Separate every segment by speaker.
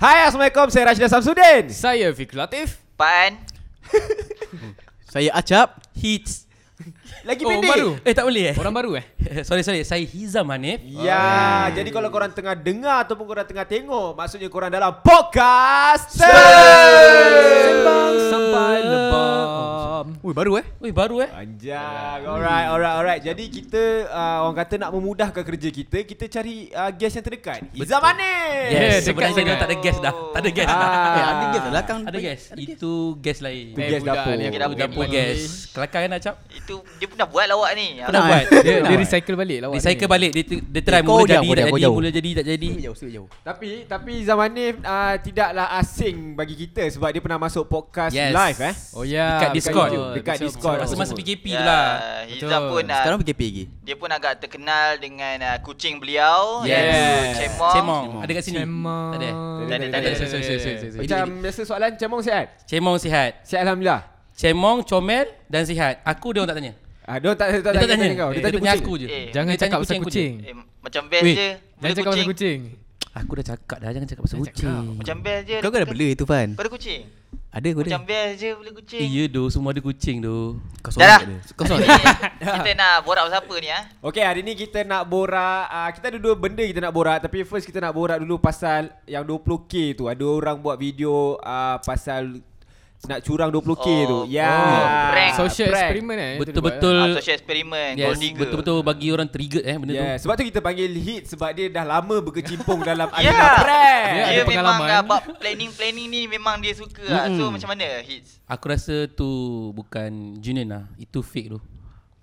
Speaker 1: Hai Assalamualaikum Saya Rashida Samsudin
Speaker 2: Saya Fikri Latif
Speaker 3: Pan
Speaker 4: Saya Acap Hits
Speaker 1: Lagi
Speaker 5: Oh,
Speaker 1: pendek
Speaker 5: baru.
Speaker 4: Eh tak boleh eh
Speaker 2: Orang baru eh?
Speaker 4: Sorry sorry Saya Hizam Hanif
Speaker 1: Ya Jadi kalau korang tengah dengar Ataupun korang tengah tengok Maksudnya korang dalam Podcast
Speaker 2: Sembang sampai lebam
Speaker 4: Ui baru eh Ui baru eh
Speaker 1: Anjang Alright alright alright Jadi kita uh, Orang kata nak memudahkan kerja kita Kita cari uh, guest yang terdekat Izzah Manis
Speaker 2: Yeah,
Speaker 4: Yes yeah,
Speaker 2: dekat
Speaker 4: Eh, Sebenarnya
Speaker 2: sangat.
Speaker 4: dia tak ada gas dah Tak ada gas dah
Speaker 1: Ah.
Speaker 4: Eh,
Speaker 1: ada gas
Speaker 4: belakang Ada gas Itu gas lain
Speaker 1: Itu gas
Speaker 2: Eh, budak
Speaker 1: dapur.
Speaker 2: ni,
Speaker 3: Gas
Speaker 4: Itu
Speaker 3: dapur.
Speaker 4: dapur gas Kelakar kan Acap
Speaker 3: Itu dia pernah buat lawak ni
Speaker 4: Pernah buat
Speaker 2: Dia, dia recycle balik lawak
Speaker 4: Recycle
Speaker 2: ni.
Speaker 4: balik Dia, tu- dia try
Speaker 5: Eh, kau
Speaker 4: mula
Speaker 5: jauh,
Speaker 4: jadi tak
Speaker 5: kau jauh,
Speaker 4: jadi
Speaker 5: jauh.
Speaker 4: Mula jadi tak jadi Ah,
Speaker 5: jauh, sikit jauh.
Speaker 1: Tapi tapi Izzah Manis uh, Tidaklah asing bagi kita Sebab dia pernah masuk podcast
Speaker 4: Yes.
Speaker 1: live eh
Speaker 2: Oh ya yeah,
Speaker 4: Dekat Discord.
Speaker 1: Dekat Discord.
Speaker 4: Masa-masa
Speaker 2: PKP
Speaker 4: PKP
Speaker 3: Ya,
Speaker 4: tu lah
Speaker 3: Hizam
Speaker 2: Betul.
Speaker 3: pun ah,
Speaker 5: Sekarang PKP lagi.
Speaker 3: Dia pun agak terkenal dengan uh, kucing beliau
Speaker 4: Yes.
Speaker 3: iaitu Cemong.
Speaker 4: Cemong Ada kat sini
Speaker 2: Cemong.
Speaker 4: Tak ada
Speaker 3: Tak ada, tak ada.
Speaker 4: Sorry, sorry, sorry, sorry, sorry.
Speaker 1: Macam biasa soalan Cemong sihat?
Speaker 4: Cemong sihat
Speaker 1: Sihat Alhamdulillah
Speaker 4: Cemong, comel dan sihat Aku dia orang tak tanya
Speaker 1: Ah, dia orang tak, tak,
Speaker 4: Dia tak tanya
Speaker 1: kau. Dia
Speaker 4: Dia tanya aku je
Speaker 3: Eh,
Speaker 2: Jangan
Speaker 4: Dia tanya
Speaker 2: cakap pasal
Speaker 4: kucing aku
Speaker 2: kucing
Speaker 3: eh, macam best
Speaker 2: Wait,
Speaker 3: je.
Speaker 2: Jangan
Speaker 3: Benda
Speaker 2: cakap pasal kucing
Speaker 4: Aku dah cakap dah Jangan cakap pasal kucing
Speaker 3: Macam best je.
Speaker 5: Kau kan ada bela itu Pan.
Speaker 3: Kau ada kucing?
Speaker 5: Ada kau ada.
Speaker 3: Macam best je boleh kucing.
Speaker 4: Eh, Ya doh Semua ada kucing doh
Speaker 5: Kau
Speaker 3: Dah dah.
Speaker 5: tak ada.
Speaker 4: Kau sorang
Speaker 3: Hari ni Kita nak borak pasal apa ni ah?
Speaker 1: Okey, hari ni kita nak borak uh, Kita ada dua benda kita nak borak Tapi first kita nak borak dulu pasal Yang 20k tu Ada orang buat video uh, Pasal Nak curang 20k tu
Speaker 3: Oh,
Speaker 1: Ya
Speaker 3: oh,
Speaker 4: Ah,
Speaker 3: prank.
Speaker 2: Social experiment eh dia buat,
Speaker 4: Betul-betul
Speaker 3: Ah, social experiment,
Speaker 4: Yes,
Speaker 3: gold digger.
Speaker 4: betul-betul bagi orang triggered eh benda
Speaker 1: Yeah.
Speaker 4: yeah. tu.
Speaker 1: Ya, Sebab tu kita panggil hit Sebab dia dah lama berkecimpung dalam
Speaker 3: Ya.
Speaker 1: arena prank
Speaker 2: Dia
Speaker 3: Dia,
Speaker 2: ada
Speaker 3: memang
Speaker 2: pengalaman.
Speaker 3: ah, bab planning-planning ni memang dia suka lah. So macam mana? Hits.
Speaker 4: Aku rasa tu bukan genuine lah. Itu fake tu.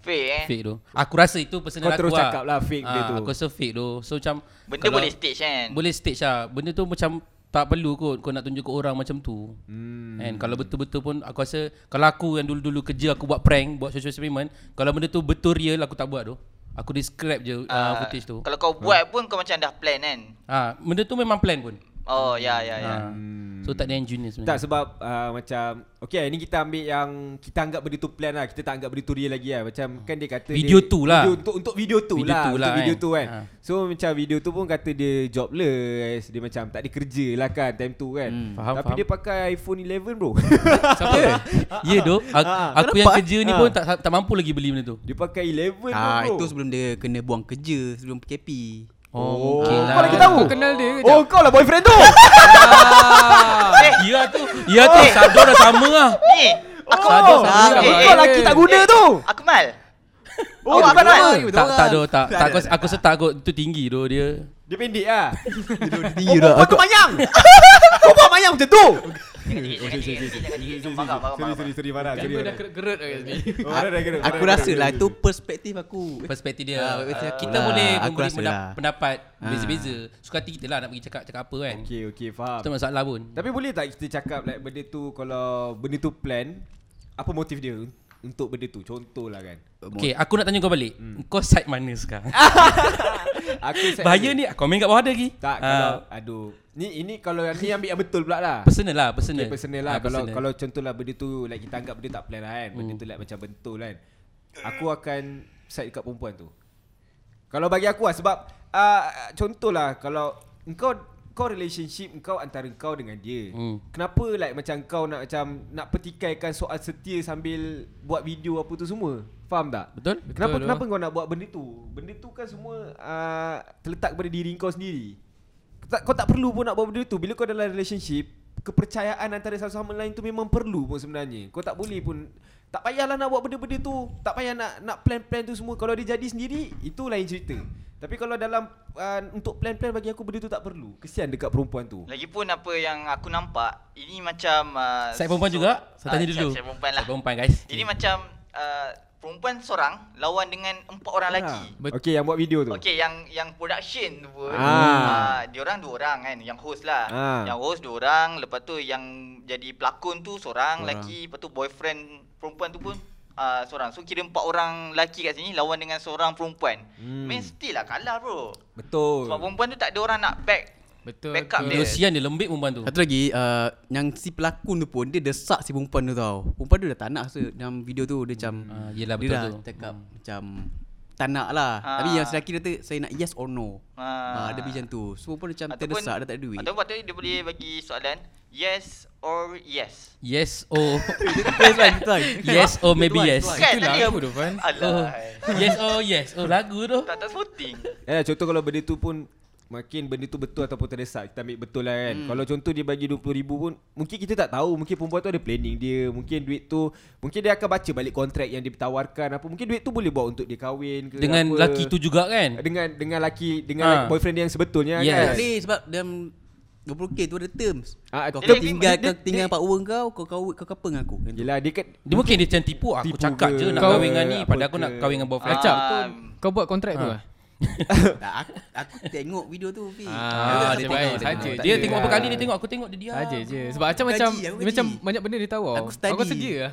Speaker 3: Fake eh.
Speaker 4: Fake tu. Aku rasa itu
Speaker 1: Kau
Speaker 4: personal aku
Speaker 1: terus
Speaker 4: lah.
Speaker 1: cakap lah fake dia
Speaker 4: Ah,
Speaker 1: tu.
Speaker 4: Aku rasa fake tu. So macam
Speaker 3: Benda
Speaker 4: kalau-
Speaker 3: boleh stage kan?
Speaker 4: Boleh stage lah. Benda tu macam tak perlu kot kau nak tunjuk ke orang macam tu. Hmm. And kalau betul-betul pun aku rasa kalau aku yang dulu-dulu kerja aku buat prank, buat social experiment, kalau benda tu betul real aku tak buat tu. Aku describe je uh,
Speaker 3: Ah,
Speaker 4: footage tu.
Speaker 3: Kalau kau buat pun kau macam dah plan kan.
Speaker 4: Ah, benda tu memang plan pun.
Speaker 3: Oh ya ya ya.
Speaker 4: Ah. So tak ada yang genuine sebenarnya.
Speaker 1: Tak sebab uh, macam Okay ini kita ambil yang Kita anggap benda tu plan lah Kita tak anggap benda tu real lagi lah Macam kan dia kata
Speaker 4: Hmm. Video
Speaker 1: dia,
Speaker 4: tu lah.
Speaker 1: video, Untuk, untuk video tu
Speaker 4: Video
Speaker 1: lah
Speaker 4: tu
Speaker 1: Untuk
Speaker 4: lah
Speaker 1: video
Speaker 4: kan.
Speaker 1: tu kan
Speaker 4: Ha.
Speaker 1: So macam video tu pun kata dia jobless Dia macam tak ada kerja lah kan Time tu kan
Speaker 4: Faham,
Speaker 1: Tapi
Speaker 4: faham.
Speaker 1: dia pakai iPhone 11 bro
Speaker 4: Siapa? ya doh. Aku, aku yang kerja ni pun tak tak mampu lagi beli benda tu.
Speaker 1: Dia pakai 11 pun
Speaker 5: Ah
Speaker 1: bro
Speaker 5: itu sebelum dia kena buang kerja sebelum PKP.
Speaker 1: Oh,
Speaker 4: okey
Speaker 1: kau lagi tahu?
Speaker 2: Ah, lah. Kau kenal dia ke
Speaker 1: Oh kau lah boyfriend tu
Speaker 4: Ya tu. Ya tu sabda dah sama lah.
Speaker 3: Ni, aku
Speaker 1: Oh,
Speaker 4: Sado,
Speaker 3: sado.
Speaker 1: kau
Speaker 3: Eh,
Speaker 1: kau lelaki tak guna tu
Speaker 3: Akmal.
Speaker 4: Eh,
Speaker 1: Oh bukan lah
Speaker 4: Tak tak doh tak. tak aku aku setak kot tu tinggi doh dia.
Speaker 1: Dia pendek lah
Speaker 5: Dia dah.
Speaker 1: Kau tu mayang Kau buat mayang macam tu
Speaker 3: Jangan sikit,
Speaker 4: eh,
Speaker 3: jangan sikit, jangan sikit, jangan sikit. Marah, marah,
Speaker 1: Sorry
Speaker 3: marah.
Speaker 1: sorry sorry Farah sorry,
Speaker 2: Tiba dah
Speaker 1: Farah.
Speaker 2: kerut-kerut kat sini
Speaker 1: Oh, Farah dah kena,
Speaker 5: Aku
Speaker 1: Farah dah
Speaker 5: rasa
Speaker 1: kena.
Speaker 5: lah itu perspektif aku.
Speaker 4: Perspektif dia.
Speaker 5: Ah, perspektif aku
Speaker 4: kita
Speaker 5: lah.
Speaker 4: boleh
Speaker 5: Aku
Speaker 4: memberi
Speaker 5: rasa
Speaker 4: pendap-
Speaker 5: lah.
Speaker 4: pendapat beza-beza. Suka hati kita lah nak pergi cakap cakap apa kan.
Speaker 1: Okey okey faham.
Speaker 4: Tak masalah pun.
Speaker 1: Tapi boleh tak kita cakap like benda tu kalau benda tu plan apa motif dia un- untuk benda tu contohlah kan.
Speaker 4: Okey, aku nak tanya kau balik. Kau side mana sekarang?
Speaker 1: Aku set
Speaker 4: Bahaya
Speaker 1: dulu.
Speaker 4: ni komen kat bawah ada lagi.
Speaker 1: Tak
Speaker 4: Ah,
Speaker 1: kalau aduh. Ni ini kalau yang ni ambil yang betul pula lah.
Speaker 4: personal lah, personal.
Speaker 1: Okay, personal lah.
Speaker 4: Ah,
Speaker 1: kalau
Speaker 4: personal. Hmm.
Speaker 1: kalau contohlah benda tu like kita anggap benda tak plan lah kan. Benda tu like macam bentul kan. Aku akan side dekat perempuan tu. Kalau bagi aku lah sebab uh, contohlah kalau engkau kau relationship kau antara kau dengan dia.
Speaker 4: Hmm.
Speaker 1: Kenapa like macam kau nak macam nak pertikaikan soal setia sambil buat video apa tu semua? Faham tak?
Speaker 4: betul?
Speaker 1: Kenapa
Speaker 2: Betul,
Speaker 1: kenapa kau nak buat benda tu? Benda tu kan semua uh, terletak pada diri kau sendiri. Kau tak, kau tak perlu pun nak buat benda tu. Bila kau dalam relationship, kepercayaan antara satu sama lain tu memang perlu pun sebenarnya. Kau tak boleh pun tak payahlah nak buat benda-benda tu. Tak payah nak nak plan-plan tu semua. Kalau dia jadi sendiri, itu lain cerita. Tapi kalau dalam uh, untuk plan-plan bagi aku benda tu tak perlu. Kesian dekat perempuan tu.
Speaker 3: Lagipun apa yang aku nampak ini macam uh,
Speaker 4: Side perempuan juga? Saya tanya dulu.
Speaker 3: Saya perempuan lah.
Speaker 4: Side perempuan guys.
Speaker 3: Ini macam uh, perempuan seorang lawan dengan empat orang lelaki.
Speaker 1: Ha. Okey, yang buat video tu.
Speaker 3: Okey yang yang production tu pun
Speaker 1: Ah.
Speaker 3: ah. dia orang dua orang kan yang host lah.
Speaker 1: Ah.
Speaker 3: Yang host dua orang lepas tu yang jadi pelakon tu seorang lelaki lepas tu boyfriend perempuan tu pun ah, seorang. So kira empat orang lelaki kat sini lawan dengan seorang perempuan.
Speaker 1: Hmm.
Speaker 3: Hmm. Man still lah kalah bro.
Speaker 1: Betul.
Speaker 3: Sebab perempuan tu tak ada orang nak back
Speaker 2: Betul
Speaker 3: Backup
Speaker 2: betul.
Speaker 4: Dia sian dia lembik perempuan tu.
Speaker 5: Satu lagi uh, Yang si pelakon tu pun Dia desak si perempuan tu tau Perempuan tu dah tak nak rasa Dalam video tu Dia macam
Speaker 4: Hmm, Ah, yelah,
Speaker 5: Dia
Speaker 4: betul
Speaker 5: dah
Speaker 4: tu.
Speaker 5: cakap Macam tak nak lah
Speaker 3: Ah.
Speaker 5: Tapi yang lelaki dia kata Saya nak yes or no
Speaker 3: Ah.
Speaker 5: ha. Dia pergi macam tu Semua pun macam terdesak Dah tak ada duit
Speaker 3: Atau patut dia boleh bagi soalan yes or yes.
Speaker 4: Yes oh. or
Speaker 5: Twice lah, twice.
Speaker 4: Yes or maybe yes.
Speaker 5: Ah,
Speaker 2: Itu
Speaker 3: Kan tadi
Speaker 2: lagu tu Fan
Speaker 4: Oh.
Speaker 3: Alah.
Speaker 4: Yes or yes. Oh lagu tu.
Speaker 3: Tak tak sporting.
Speaker 1: Eh contoh kalau benda tu pun Makin benda tu betul ataupun terdesak Kita ambil betul lah kan hmm. Kalau contoh dia bagi RM20,000 pun Mungkin kita tak tahu Mungkin perempuan tu ada planning dia Mungkin duit tu Mungkin dia akan baca balik kontrak yang ditawarkan apa Mungkin duit tu boleh buat untuk dia kahwin ke
Speaker 4: Dengan
Speaker 1: apa.
Speaker 4: laki tu juga kan?
Speaker 1: Dengan dengan laki Dengan
Speaker 4: Ha.
Speaker 1: ha. boyfriend dia yang sebetulnya
Speaker 4: Yes.
Speaker 1: kan
Speaker 5: Tak boleh sebab dalam 20k tu ada terms
Speaker 1: Ah,
Speaker 5: Kau
Speaker 1: dia-
Speaker 5: kau tinggal
Speaker 1: dia-
Speaker 5: kau
Speaker 1: dia-
Speaker 5: tinggal
Speaker 1: dia-
Speaker 5: pak uang kau Kau kau kau kapa dengan aku
Speaker 1: Yelah dia kan
Speaker 4: Dia mungkin dia macam tipu "Ah, Aku
Speaker 1: Tipu
Speaker 4: cakap
Speaker 1: ke,
Speaker 4: je nak
Speaker 2: apa
Speaker 4: kahwin dengan
Speaker 1: ke,
Speaker 4: ni
Speaker 1: apa
Speaker 4: Padahal aku
Speaker 1: ke. Ah.
Speaker 4: nak kahwin dengan Ah, boyfriend
Speaker 2: Acap
Speaker 4: Acap
Speaker 2: tu Kau buat kontrak tu lah
Speaker 5: Tak, aku, aku tengok video tu Fi.
Speaker 2: Ah,
Speaker 5: Aku tak
Speaker 2: dia baik,
Speaker 5: tengok, tak
Speaker 2: saja
Speaker 5: tengok.
Speaker 2: je.
Speaker 4: Dia
Speaker 2: Tak
Speaker 4: tengok
Speaker 2: ada.
Speaker 4: berapa kali dia tengok Aku tengok dia diam
Speaker 2: Aja je Sebab Acap
Speaker 5: Aku
Speaker 2: macam
Speaker 5: kaji, Ya, aku
Speaker 2: dia Macam
Speaker 5: kaji.
Speaker 2: banyak benda dia tahu
Speaker 5: Aku study.
Speaker 2: Aku rasa dia lah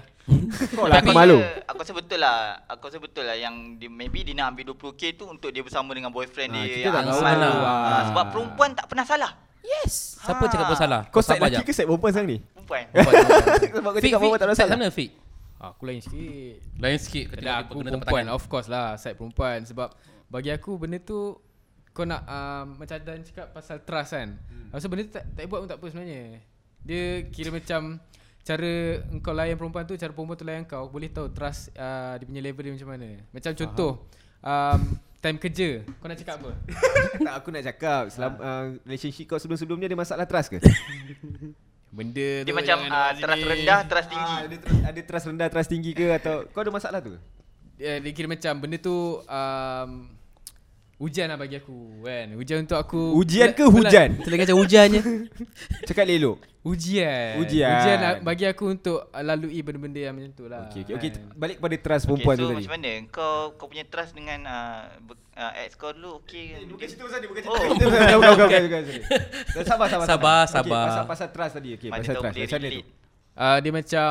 Speaker 1: Kau lah
Speaker 3: Tapi
Speaker 1: aku malu
Speaker 3: dia- Aku rasa betul lah Aku rasa betul lah Yang dia, maybe dia nak ambil 20k tu Untuk dia bersama dengan boyfriend
Speaker 1: Ah,
Speaker 3: dia
Speaker 1: kita
Speaker 3: yang
Speaker 1: tak
Speaker 4: tahu
Speaker 3: Azman tu.
Speaker 1: lah.
Speaker 3: Ah, Sebab perempuan tak pernah salah
Speaker 4: Siapa cakap lah? kau salah?
Speaker 1: Kau set lelaki ke set perempuan sekarang ni?
Speaker 3: Perempuan
Speaker 1: Sebab kau
Speaker 4: Fik,
Speaker 1: cakap perempuan
Speaker 4: Fik,
Speaker 1: tak ada
Speaker 4: set
Speaker 1: salah
Speaker 4: sana Fik
Speaker 2: Ah, Aku lain sikit
Speaker 4: Lain sikit ketika
Speaker 2: Ketika
Speaker 4: dia
Speaker 2: aku
Speaker 4: kena tepuk
Speaker 2: perempuan
Speaker 4: tangan.
Speaker 2: Of course lah Side perempuan Sebab bagi aku benda tu Kau nak uh, Macam Dan cakap pasal trust kan hmm. Lepas tu benda tu tak, tak buat pun tak apa sebenarnya Dia kira macam Cara engkau layan perempuan tu Cara perempuan tu layan kau Boleh tahu trust uh, Dia punya level dia macam mana Macam contoh um, Time kerja Kau nak cakap apa?
Speaker 1: Tak aku nak cakap Selama, uh, Relationship kau sebelum-sebelumnya Ada masalah trust ke?
Speaker 2: Benda tu
Speaker 3: Dia macam
Speaker 2: jangan
Speaker 3: ah,
Speaker 2: nak
Speaker 3: Teras
Speaker 2: sini.
Speaker 3: rendah Teras tinggi
Speaker 1: Ah, ada, trust, ada trust rendah Trust tinggi ke Atau Kau ada masalah tu? ke?
Speaker 2: dia, dia kira macam benda tu um, Ujian lah bagi aku kan Ujian untuk aku
Speaker 1: Ujian ke
Speaker 2: Bulan-
Speaker 1: hujan?
Speaker 5: Telinga macam hujan je
Speaker 1: Cakap elok
Speaker 2: Ujian
Speaker 1: Ujian.
Speaker 2: Ujian lah bagi aku untuk uh, lalui benda-benda yang macam tu lah
Speaker 1: Okay, okay, okay.
Speaker 2: kan.
Speaker 1: Balik kepada trust
Speaker 3: Okay,
Speaker 1: perempuan
Speaker 3: so
Speaker 1: tu tadi
Speaker 3: macam mana kau kau punya trust dengan ah, be- ah, ex kau dulu okey ke?
Speaker 1: Bukan cerita Eh, pasal dia, bukan
Speaker 3: cerita. Oh.
Speaker 1: Bukan, bukan, bukan, bukan, bukan. Sabar, sabar,
Speaker 4: Sabar,
Speaker 1: Okay,
Speaker 4: sabar.
Speaker 1: pasal, pasal trust tadi. Okay,
Speaker 3: Mana
Speaker 1: pasal
Speaker 3: tahu
Speaker 1: trust.
Speaker 3: boleh
Speaker 1: Macam mana tu?
Speaker 3: relate.
Speaker 2: uh, Dia macam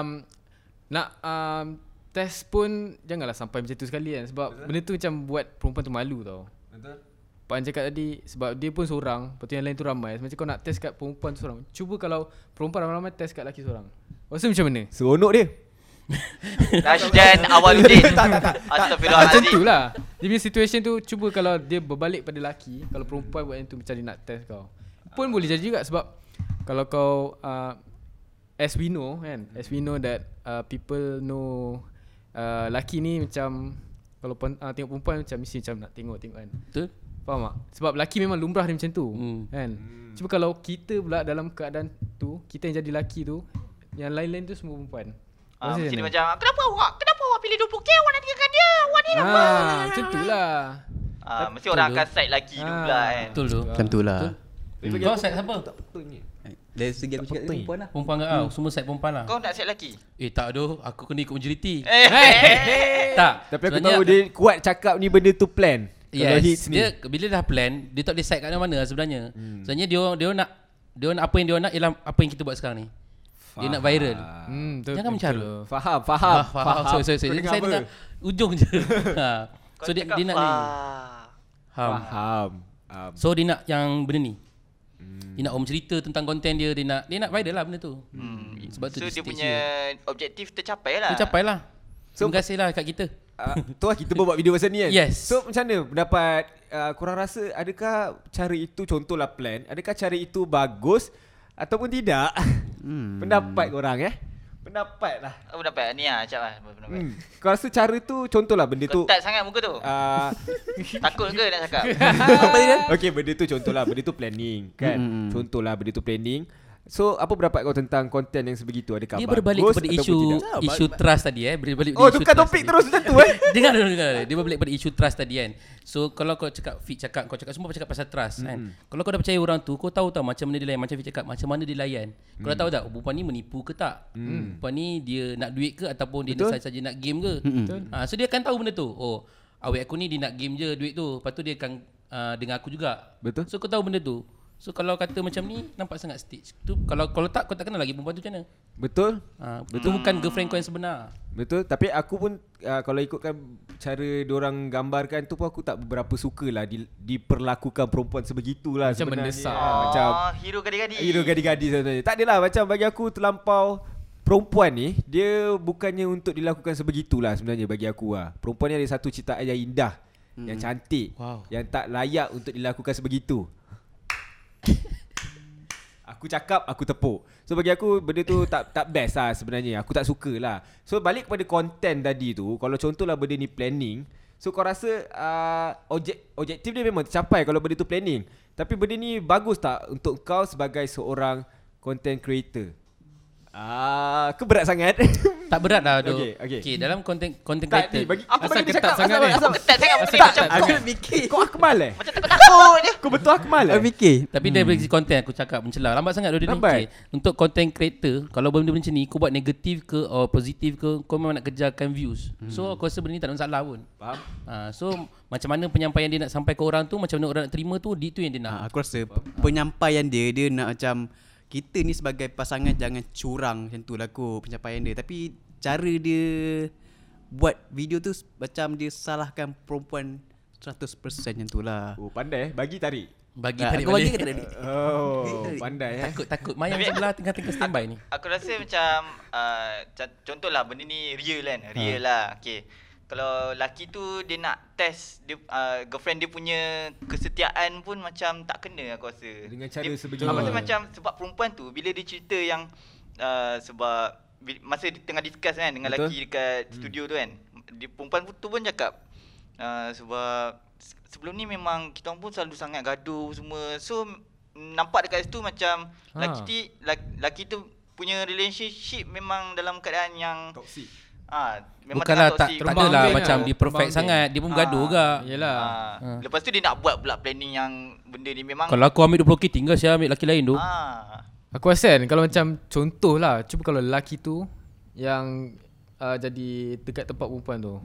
Speaker 2: Nak um, Test pun Janganlah sampai macam tu sekali kan Sebab benda tu macam Buat perempuan tu malu tau
Speaker 1: Betul?
Speaker 2: Pak An cakap tadi Sebab dia pun seorang Lepas tu yang lain tu ramai Macam kau nak test kat perempuan tu seorang Cuba kalau Perempuan ramai-ramai test kat lelaki seorang Rasa macam mana?
Speaker 1: Seronok dia.
Speaker 3: Rashdan Awaluddin
Speaker 1: Tak, tak, tak.
Speaker 2: Ah, Macam tu
Speaker 3: Astagfirullahaladzim
Speaker 2: lah Dia punya situation tu Cuba kalau dia berbalik pada lelaki Kalau perempuan buat yang tu Macam dia nak test kau Pun boleh jadi juga sebab Kalau kau uh, As we know kan As we know that uh, People know uh, Lelaki ni macam Kalau pen, uh, tengok perempuan Macam mesti macam nak tengok-tengok kan
Speaker 4: Betul?
Speaker 2: Faham tak? Sebab lelaki memang lumrah dia macam tu
Speaker 4: Hmm.
Speaker 2: kan? Cuba kalau kita pula dalam keadaan tu Kita yang jadi lelaki tu Yang lain-lain tu semua perempuan
Speaker 3: Ah,
Speaker 2: Rasa
Speaker 3: Macam dia
Speaker 2: mana?
Speaker 3: macam Kenapa awak Kenapa awak pilih 20k Awak nak tinggalkan dia Awak ni nak apa
Speaker 2: Ah, macam tu lah
Speaker 3: Ah, Mesti orang akan side lagi tu
Speaker 2: Ah.
Speaker 3: pula kan
Speaker 4: Betul tu
Speaker 5: Macam tu lah
Speaker 4: Hmm. Kau set siapa?
Speaker 5: Eh, Dari segi aku cakap tadi, perempuan lah
Speaker 4: Perempuan kat
Speaker 1: Hmm.
Speaker 4: kau Semua set perempuan lah
Speaker 3: Kau nak side lagi
Speaker 4: Eh tak doh Aku kena ikut majoriti
Speaker 3: Eh,
Speaker 4: Tak
Speaker 1: Tapi aku
Speaker 4: Sebenarnya-
Speaker 1: tahu dia kuat cakap ni benda tu plan. Kalau hits
Speaker 4: Yes,
Speaker 1: ni.
Speaker 4: dia bila dah plan, dia tak decide kat mana-mana lah sebenarnya. Hmm. Sebenarnya dia orang- dia orang nak dia orang nak apa yang dia orang nak ialah apa yang kita buat sekarang ni. Dia nak viral.
Speaker 2: Hmm, betul,
Speaker 4: Jangan
Speaker 2: betul,
Speaker 4: mencara.
Speaker 2: betul.
Speaker 1: Faham, faham.
Speaker 4: Ah, faham. Sorry, sorry, sorry.
Speaker 1: Kau
Speaker 4: Saya dengar
Speaker 1: apa?
Speaker 4: ujung je. ha. So dia, dia nak ni. Faham.
Speaker 1: Faham. Um,
Speaker 4: So dia nak yang benda ni.
Speaker 1: Hmm.
Speaker 4: Dia nak orang cerita tentang konten dia, dia nak dia nak viral lah benda tu. Hmm. Sebab tu
Speaker 3: So dia
Speaker 4: stage
Speaker 3: punya objektif tercapai lah
Speaker 4: dia capai lah.
Speaker 1: So-
Speaker 4: Terima kasih lah kat kita.
Speaker 1: Ah, tu lah kita pun buat video pasal ni kan
Speaker 4: Yes.
Speaker 1: So macam mana pendapat uh, Korang rasa adakah cara itu Contohlah plan Adakah cara itu bagus Ataupun tidak hmm. Pendapat korang eh Pendapat lah
Speaker 3: Apa pendapat? Ni lah Acap lah pendapat.
Speaker 1: hmm. Kau rasa cara tu Contohlah benda tu
Speaker 3: Ketat sangat muka tu
Speaker 1: uh,
Speaker 3: Takut ke nak cakap?
Speaker 1: Okay benda tu contohlah Benda tu planning kan hmm. Contohlah benda tu planning So apa pendapat kau tentang konten yang sebegitu Adakah
Speaker 4: Dia
Speaker 1: bagus
Speaker 4: berbalik kepada
Speaker 1: ataupun
Speaker 4: isu
Speaker 1: tidak?
Speaker 4: isu trust tadi eh. Berbalik
Speaker 1: Oh
Speaker 4: isu
Speaker 1: tukar
Speaker 4: trust
Speaker 1: topik
Speaker 4: tadi.
Speaker 1: terus macam tu eh
Speaker 4: dengar dulu dengar dulu. Dia berbalik pada isu trust tadi kan. So kalau kau cakap Fit cakap kau cakap semua cakap pasal trust mm-hmm. kan. Kalau kau dah percaya orang tu kau tahu tak macam mana dia layan macam Fit cakap macam mana dia layan. Kau dah tahu tak oh, perempuan ni menipu ke tak? Mm. Perempuan ni dia nak duit ke ataupun dia nak saja nak game ke? Betul. Ha, so dia akan tahu benda tu. Oh awek aku ni dia nak game je duit tu. Lepas tu dia akan uh, dengan aku juga.
Speaker 1: Betul.
Speaker 4: So kau tahu benda tu. So kalau kata macam ni nampak sangat stage. Tu kalau kalau tak kau tak kenal lagi perempuan tu macam mana?
Speaker 1: Betul
Speaker 4: Ha, betul bukan girlfriend kau yang sebenar.
Speaker 1: Betul tapi aku pun uh, kalau ikutkan cara diorang gambarkan tu pun aku tak berapa sukalah di, diperlakukan perempuan sebegitulah
Speaker 2: Macam
Speaker 1: sebenarnya.
Speaker 2: mendesak.
Speaker 1: Ah, macam
Speaker 3: Oh, hero gadi-gadi
Speaker 1: hero gadis-gadis sebenarnya. Tak adalah macam bagi aku terlampau perempuan ni ah. dia bukannya untuk dilakukan sebegitulah sebenarnya bagi aku lah. Perempuan ni ada satu citaan yang indah hmm. yang cantik, wow. yang tak layak untuk dilakukan sebegitu. Aku cakap Aku tepuk So bagi aku Benda tu tak tak best lah sebenarnya Aku tak suka lah So balik kepada content tadi tu Kalau contohlah benda ni planning So kau rasa uh, objek, Objektif dia memang tercapai Kalau benda tu planning Tapi benda ni bagus tak Untuk kau sebagai seorang Content creator Ah, uh, berat sangat.
Speaker 4: Tak berat lah tu.
Speaker 1: Okey, okey.
Speaker 4: okay, dalam content content
Speaker 1: tak ni
Speaker 4: creator.
Speaker 1: bagi aku
Speaker 2: Asal
Speaker 1: bagi dia
Speaker 2: ketat
Speaker 1: cakap
Speaker 2: sangat
Speaker 1: asal,
Speaker 2: ni.
Speaker 1: asal,
Speaker 3: Tak sangat benda
Speaker 1: Tak,
Speaker 3: macam
Speaker 1: aku
Speaker 3: tu.
Speaker 1: fikir. Kau akmal eh?
Speaker 3: Macam takut-takut je.
Speaker 1: Kau betul akmal eh?
Speaker 5: Aku fikir
Speaker 4: Tapi dari segi content aku cakap mencela. Lambat sangat dia
Speaker 1: Lambat.
Speaker 4: fikir. Untuk content creator, kalau benda macam ni kau buat negatif ke or positif ke, kau memang nak kejarkan views. So aku rasa benda ni tak ada masalah pun.
Speaker 1: Faham?
Speaker 4: Ha, so macam mana penyampaian dia nak sampai ke orang tu, macam mana orang nak terima tu, dia tu yang dia nak.
Speaker 5: ha, Aku rasa pe- penyampaian dia Dia nak macam Kita ni sebagai pasangan Jangan curang macam tu lah kot Penyampaian dia Tapi Cara dia Buat video tu s- Macam dia salahkan perempuan 100% macam tu lah
Speaker 1: Oh, pandai eh. Bagi tarik.
Speaker 4: Bagi
Speaker 5: Tak,
Speaker 4: tarik
Speaker 5: aku bagi
Speaker 4: balik.
Speaker 5: ke tak tadi?
Speaker 1: Oh, pandai eh.
Speaker 4: Takut takut Mayang sebelah tengah-tengah standby ni.
Speaker 3: Aku rasa macam uh, ca- contohlah benda ni real
Speaker 1: Ha.
Speaker 3: kan. Real lah. Okay. Kalau laki tu dia nak test dia uh, girlfriend dia punya kesetiaan pun macam tak kena aku rasa.
Speaker 1: Dengan cara
Speaker 3: dia,
Speaker 1: sebegini.
Speaker 3: Aku rasa macam sebab perempuan tu bila dia cerita yang uh, sebab bi- masa dia tengah discuss kan dengan
Speaker 1: Betul.
Speaker 3: laki dekat hmm. studio tu kan. Dia perempuan tu pun cakap uh, sebab se- sebelum ni memang kita orang pun selalu sangat gaduh semua. So nampak dekat situ macam
Speaker 2: Ha.
Speaker 3: laki ti laki, laki tu punya relationship memang dalam keadaan yang
Speaker 1: Toksik.
Speaker 3: ah memang
Speaker 4: Bukanlah
Speaker 3: tengah
Speaker 4: tak
Speaker 3: toxic.
Speaker 4: tak
Speaker 2: Terbang
Speaker 4: adalah
Speaker 2: ambing
Speaker 4: macam
Speaker 2: lah.
Speaker 4: dia
Speaker 2: Terbang
Speaker 4: perfect
Speaker 2: ambing.
Speaker 4: sangat, dia pun gaduh
Speaker 3: Ah.
Speaker 4: juga.
Speaker 2: Yelah.
Speaker 3: Ah. Lepas tu dia nak buat pula planning yang benda ni memang
Speaker 4: Kalau aku ambil 20k tinggal saya ambil lelaki lain tu.
Speaker 3: ah
Speaker 2: Aku rasa kan kalau macam contoh lah Cuba kalau lelaki tu Yang uh, jadi dekat tempat perempuan tu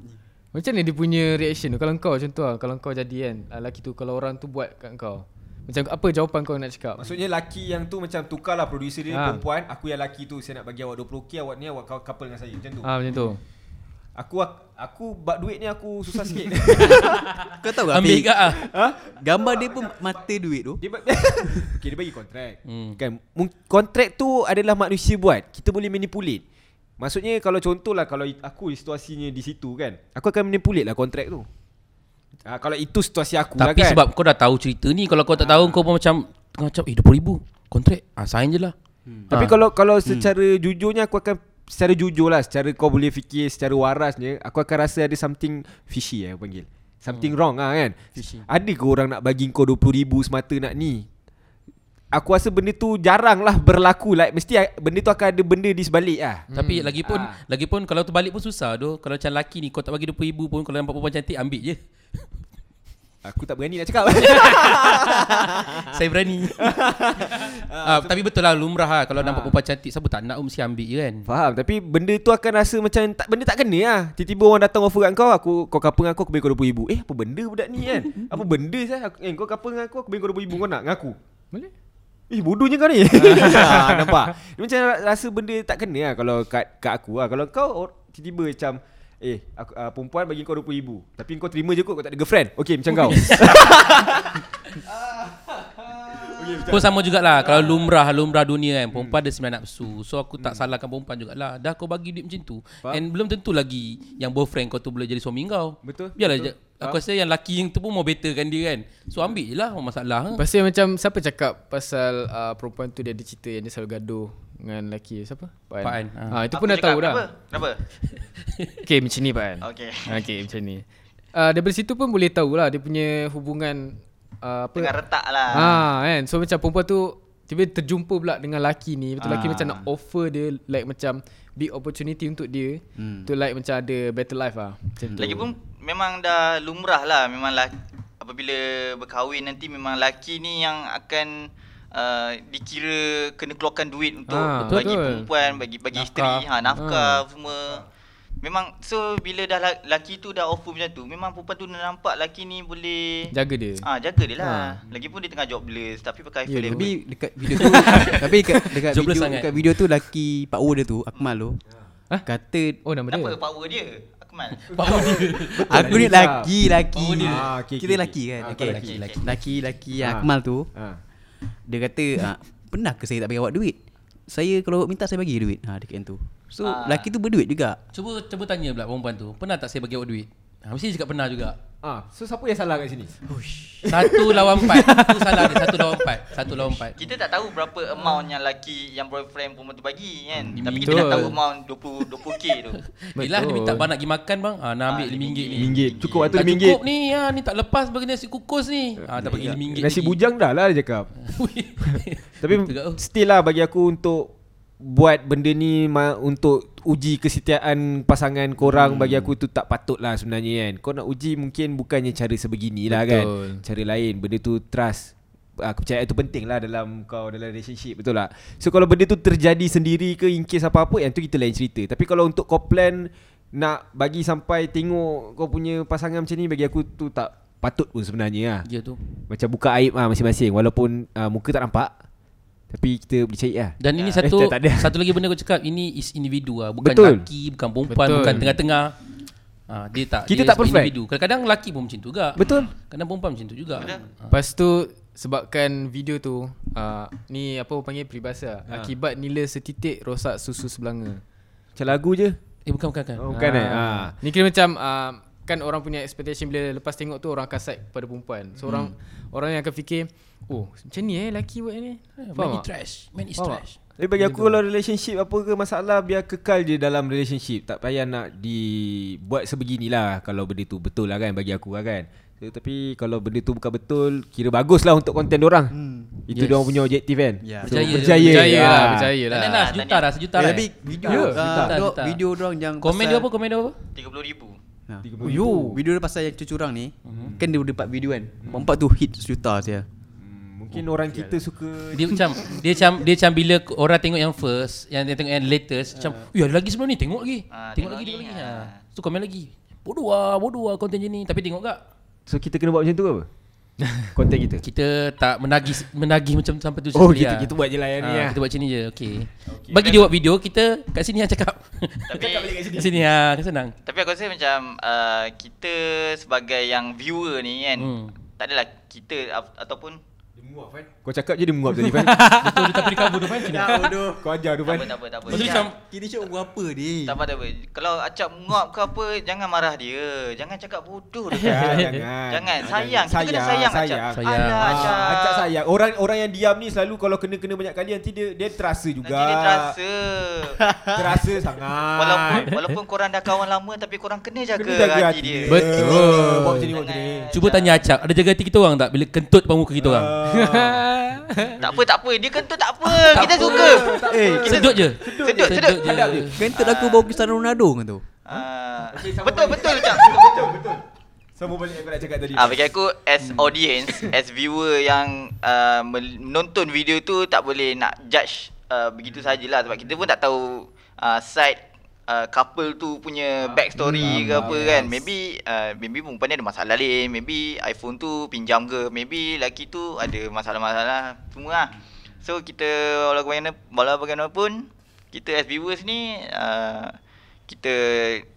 Speaker 2: Macam mana dia punya reaction tu Kalau kau contoh lah Kalau kau jadi kan uh, Lelaki tu kalau orang tu buat kat kau Macam apa jawapan kau nak cakap
Speaker 1: Maksudnya laki yang tu macam tukarlah producer dia
Speaker 2: Ha.
Speaker 1: perempuan, aku yang lelaki tu saya nak bagi awak 20k, awak ni awak kau- couple dengan saya. Macam tu.
Speaker 2: Ah macam tu
Speaker 1: Aku ak- aku bab duit ni aku susah sikit.
Speaker 5: Kau tahu tak
Speaker 4: Ambil
Speaker 5: Ambil
Speaker 4: gak ah.
Speaker 5: Gambar dia pun mata duit tu
Speaker 1: dia ba- okay, dia bagi kontrak. Hmm. Kan mung- kontrak tu adalah manusia buat. Kita boleh manipulate. Maksudnya kalau contohlah kalau it- aku situasinya di situ kan, aku akan manipulate lah kontrak tu. Ha, kalau itu situasi aku lah
Speaker 4: Tapi
Speaker 1: kan.
Speaker 4: sebab kau dah tahu cerita ni, kalau kau tak tahu kau pun macam tengah macam eh 20,000 kontrak. Ah sign je lah.
Speaker 1: Tapi kalau kalau secara Ah. hmm. jujurnya aku akan secara jujur lah secara kau boleh fikir secara warasnya aku akan rasa ada something fishy eh aku panggil. Something hmm. wrong lah kan. Fishy. Ada ke orang nak bagi kau 20,000 semata nak ni? Aku rasa benda tu jarang lah berlaku like mesti ah, benda tu akan ada benda di sebalik lah.
Speaker 4: Tapi lagi pun
Speaker 1: Ah.
Speaker 4: lagi pun kalau tu balik pun susah tu. Kalau macam lelaki ni kau tak bagi 20,000 pun kalau nampak perempuan cantik ambil je.
Speaker 1: Aku tak berani nak cakap.
Speaker 4: Saya berani. ah, tapi betul lah lumrah lah
Speaker 1: Ah.
Speaker 4: kalau nampak perempuan cantik siapa tak nak um si ambil je kan.
Speaker 1: Faham tapi benda tu akan rasa macam tak benda tak kena lah. Tiba-tiba orang datang offer kat kau aku kau couple dengan aku aku bagi kau 20,000. Eh apa benda budak ni kan? apa benda saya aku, eh, kau couple dengan aku aku bagi kau 20,000 kau nak dengan aku.
Speaker 2: Boleh
Speaker 1: Eh bodohnya kau ni ha, Nampak Dia macam ra- rasa benda tak kena lah Kalau kat, kat aku lah Kalau kau or- tiba-tiba macam Eh aku, uh, perempuan bagi kau RM20,000 Tapi kau terima je kot Kau tak ada girlfriend Okay macam kau
Speaker 4: Pun sama jugalah
Speaker 1: Ah.
Speaker 4: Kalau lumrah Lumrah dunia kan
Speaker 1: Hmm.
Speaker 4: Perempuan ada sembilan nafsu So aku tak salahkan perempuan jugalah Dah kau bagi duit macam tu
Speaker 1: Faham.
Speaker 4: And belum tentu lagi Yang boyfriend kau tu Boleh jadi suami kau
Speaker 1: Betul,
Speaker 4: Biarlah
Speaker 1: betul.
Speaker 4: je Aku rasa yang laki yang tu pun Mau betterkan dia kan So ambil je lah apa Masalah ha?
Speaker 2: Pasal macam Siapa cakap pasal uh, Perempuan tu dia ada cerita Yang dia selalu gaduh Dengan lelaki Siapa? Pak
Speaker 4: Pak An. Ah.
Speaker 2: Ah, Itu
Speaker 3: Apa
Speaker 2: pun dah
Speaker 3: cakap?
Speaker 2: tahu dah
Speaker 3: Kenapa? Kenapa?
Speaker 2: Okay macam ni Pak An
Speaker 3: Okey.
Speaker 2: Okay macam ni uh, Daripada situ pun boleh tahulah Dia punya hubungan uh, apa,
Speaker 3: Tengah retak lah.
Speaker 4: Ha.
Speaker 2: Ah kan So macam perempuan tu Tiba terjumpa pula dengan laki ni Betul laki
Speaker 5: Ah.
Speaker 2: macam nak offer dia Like macam Big opportunity untuk dia hmm. To like macam ada better life lah Macam tu
Speaker 3: Lagipun memang dah lumrah lah memang laki, apabila berkahwin nanti memang laki ni yang akan uh, dikira kena keluarkan duit untuk
Speaker 2: Ah,
Speaker 3: ha,
Speaker 2: betul,
Speaker 3: bagi
Speaker 2: betul. Ah.
Speaker 3: perempuan, bagi bagi isteri,
Speaker 4: Nafkah.
Speaker 3: ha nafkah semua. Memang so bila dah la- laki tu dah offer macam tu, memang perempuan tu dah nampak laki ni boleh
Speaker 2: Jaga dia
Speaker 3: ah jaga dia lah. Lagipun dia tengah jobless tapi pakai
Speaker 2: Ya,
Speaker 3: yeah,
Speaker 5: Tapi dekat video tu Tapi dekat, dekat
Speaker 4: Jobless
Speaker 5: video
Speaker 4: sangat.
Speaker 5: Dekat video tu Laki power dia tu Akmal tu
Speaker 2: Hah?
Speaker 5: Kata
Speaker 2: Oh nama dia
Speaker 3: Apa power dia? Akmal.
Speaker 5: Aku ni lelaki lelaki.
Speaker 1: Oh, dia. Ah, okey,
Speaker 5: Kita
Speaker 1: okey,
Speaker 5: lelaki kan.
Speaker 1: okey. Ah,
Speaker 5: Okey.
Speaker 1: kau
Speaker 5: Lelaki
Speaker 1: lelaki,
Speaker 5: lelaki. Lelaki lelaki yang
Speaker 1: Ah.
Speaker 5: Akmal tu
Speaker 1: ha.
Speaker 5: dia kata ah, pernah ke saya tak bagi awak duit? Saya kalau awak minta saya bagi duit. Ha dekat yang tu. So lelaki tu berduit juga.
Speaker 4: Cuba cuba tanya pula perempuan tu Pernah tak saya bagi awak duit ha, Mesti dia cakap pernah juga
Speaker 1: Ah, so siapa yang salah kat sini?
Speaker 4: Satu lawan empat Itu salah dia Satu lawan empat Satu lawan empat
Speaker 3: Kita tak tahu berapa amount yang laki yang boyfriend perempuan tu bagi kan.
Speaker 4: Hmm,
Speaker 3: Tapi kita dah
Speaker 2: betul.
Speaker 3: tahu amount 20 20k tu.
Speaker 4: Yelah dia
Speaker 2: Betul.
Speaker 4: minta bang nak pergi makan bang ah, Nak ambil
Speaker 3: Ah,
Speaker 4: RM5
Speaker 3: RM5
Speaker 4: ni
Speaker 1: Ringgit. Cukup lah tu
Speaker 4: Tak
Speaker 1: RM5.
Speaker 4: cukup ni ah, Ni tak lepas bagi nasi kukus ni ah, Tak bagi RM5
Speaker 1: Nasi bujang dah lah dia cakap. Tapi
Speaker 4: Betul kat kau.
Speaker 1: still lah bagi aku untuk buat benda ni ma- untuk uji kesetiaan pasangan korang hmm. bagi aku tu tak patut lah sebenarnya kan. Kau nak uji mungkin bukannya cara sebegini lah kan.
Speaker 2: Betul.
Speaker 1: Cara lain benda tu trust Ah, kepercayaan tu penting lah dalam kau dalam relationship betul tak so kalau benda tu terjadi sendiri ke in case apa-apa yang tu kita lain cerita tapi kalau untuk kau plan nak bagi sampai tengok kau punya pasangan macam ni bagi aku tu tak patut pun sebenarnya lah
Speaker 4: Ya tu
Speaker 1: macam buka aib lah masing-masing Walaupun uh, muka tak nampak Tapi kita boleh cari lah
Speaker 4: Dan ini
Speaker 1: Ya.
Speaker 4: satu
Speaker 1: Hashtag tak ada.
Speaker 4: Satu lagi benda kau cakap Ini is individu lah Bukan
Speaker 1: Betul.
Speaker 4: laki Bukan perempuan
Speaker 2: Betul.
Speaker 4: Bukan tengah-tengah ah, Dia tak
Speaker 1: Kita
Speaker 4: dia
Speaker 1: tak perfect.
Speaker 4: individu. Kadang-kadang laki pun macam tu juga
Speaker 1: Betul
Speaker 4: Kadang perempuan macam tu juga
Speaker 2: Lepas tu sebabkan video tu uh, ni apa orang panggil peribahasa ha. akibat nila setitik rosak susu sebelanga. Ah.
Speaker 1: Macam lagu je
Speaker 4: Eh bukan bukan, bukan.
Speaker 1: oh, Bukan eh ha.
Speaker 2: Ni kira macam uh, kan orang punya expectation bila lepas tengok tu orang akan side kepada perempuan. So orang orang yang akan fikir, "Oh, macam ni eh lelaki buat ni."
Speaker 4: Man
Speaker 2: Faham
Speaker 4: is
Speaker 2: tak?
Speaker 4: trash Man is
Speaker 2: Faham tak?
Speaker 4: trash
Speaker 1: Tapi bagi aku kalau relationship apa ke masalah Biar kekal je dalam relationship Tak payah nak dibuat sebeginilah Kalau benda tu betul lah kan bagi aku lah kan so, Tapi kalau benda tu bukan betul Kira bagus lah untuk konten orang. Itu
Speaker 4: Hmm. Yes.
Speaker 1: yes. diorang punya objektif kan
Speaker 5: Ya.
Speaker 1: so,
Speaker 4: Berjaya.
Speaker 1: Berjaya
Speaker 2: Percaya lah,
Speaker 1: Ah.
Speaker 2: percaya lah.
Speaker 4: Tak lah sejuta lah Sejuta
Speaker 5: Eh,
Speaker 4: lah
Speaker 5: tapi
Speaker 4: eh.
Speaker 5: video
Speaker 1: Ya,
Speaker 5: ah,
Speaker 4: juta,
Speaker 5: dok-
Speaker 4: juta.
Speaker 5: video orang yang
Speaker 4: Komen
Speaker 5: pasal-
Speaker 4: dia apa Komen dia apa
Speaker 3: 30000
Speaker 5: Nah.
Speaker 1: Oh,
Speaker 5: Yo, video dia pasal yang curang ni, kan dia dapat video kan. Empat tu hit sejuta saya.
Speaker 1: Hmm, Mungkin orang kita suka
Speaker 4: lah. dia macam dia macam dia macam bila k- orang tengok yang first yang dia tengok yang latest macam
Speaker 1: Ah.
Speaker 4: ya ada lagi sebelum ni tengok lagi
Speaker 3: Ah,
Speaker 4: tengok,
Speaker 3: tengok
Speaker 4: lagi tengok
Speaker 3: ni,
Speaker 4: lagi ha.
Speaker 3: ah.
Speaker 4: tu komen lagi bodoh ah bodoh ah konten je ni tapi tengok tak
Speaker 1: So kita kena buat macam tu ke apa? Konten kita
Speaker 4: kita tak menagih menagih macam sampai tu
Speaker 1: Oh
Speaker 4: sendiri
Speaker 1: kita,
Speaker 4: ah.
Speaker 1: kita buat je lah yang ni
Speaker 4: Ah,
Speaker 1: lah
Speaker 4: kita buat macam ni je okey bagi dia buat video kita kat sini yang cakap
Speaker 3: Tapi
Speaker 4: kat sini ah kan senang
Speaker 3: tapi aku rasa macam uh, kita sebagai yang viewer ni kan.
Speaker 4: Hmm.
Speaker 3: Tak adalah kita ap- ataupun
Speaker 1: Kau cakap je dia menguap tadi Fan
Speaker 4: betul dia tak boleh cover tu kan kena
Speaker 5: Bodoh.
Speaker 1: Kau ajar tu
Speaker 3: tak
Speaker 1: Fan
Speaker 3: apa tak apa tak apa.
Speaker 4: Maksudnya
Speaker 3: Jangan-
Speaker 4: macam
Speaker 5: Kini cok apa ni?
Speaker 3: tak apa, tak apa. Kalau acap ngop ke apa, jangan marah dia. Jangan cakap bodoh dekat
Speaker 1: Jangan,
Speaker 3: dia.
Speaker 1: jangan.
Speaker 3: Jangan. Sayang. Kita kena
Speaker 1: Sayang,
Speaker 3: sayang, acap.
Speaker 1: sayang.
Speaker 4: Sayang.
Speaker 3: Alah, acap.
Speaker 1: Ah, Acap sayang Orang orang yang diam ni selalu Kalau kena-kena banyak kali Nanti dia dia terasa juga
Speaker 3: Nanti dia terasa.
Speaker 1: Terasa sangat
Speaker 3: walaupun walaupun korang dah kawan lama tapi korang kena jaga,
Speaker 1: Kena jaga hati dia Betul Buat macam ni buat macam ni
Speaker 3: Jangan-
Speaker 4: cuba tanya acak ada jaga hati kita orang tak bila kentut pang muka kita orang
Speaker 1: Ah.
Speaker 3: Tak apa tak apa. Dia kentut tak apa. Uh, Kita suka.
Speaker 5: Eh,
Speaker 4: sedut je
Speaker 3: Sedut, sedut.
Speaker 4: sedut je
Speaker 5: kentut Kan aku bau Cristiano Ronaldo kan tu.
Speaker 3: Ah, betul betul macam. Betul betul.
Speaker 1: Sama balik aku nak cakap tadi Ya,
Speaker 3: Ah bagi aku as audience, as viewer yang uh, mel- menonton video tu tak boleh nak judge uh, begitu sajalah sebab kita pun tak tahu uh, side uh, couple tu punya backstory ke apa kan. Maybe uh, maybe perempuan ni ada masalah lain, maybe iPhone tu pinjam ke, maybe lelaki tu ada masalah-masalah semua lah. So kita walau bagaimana walau bagaimanapun kita as viewers ni uh, kita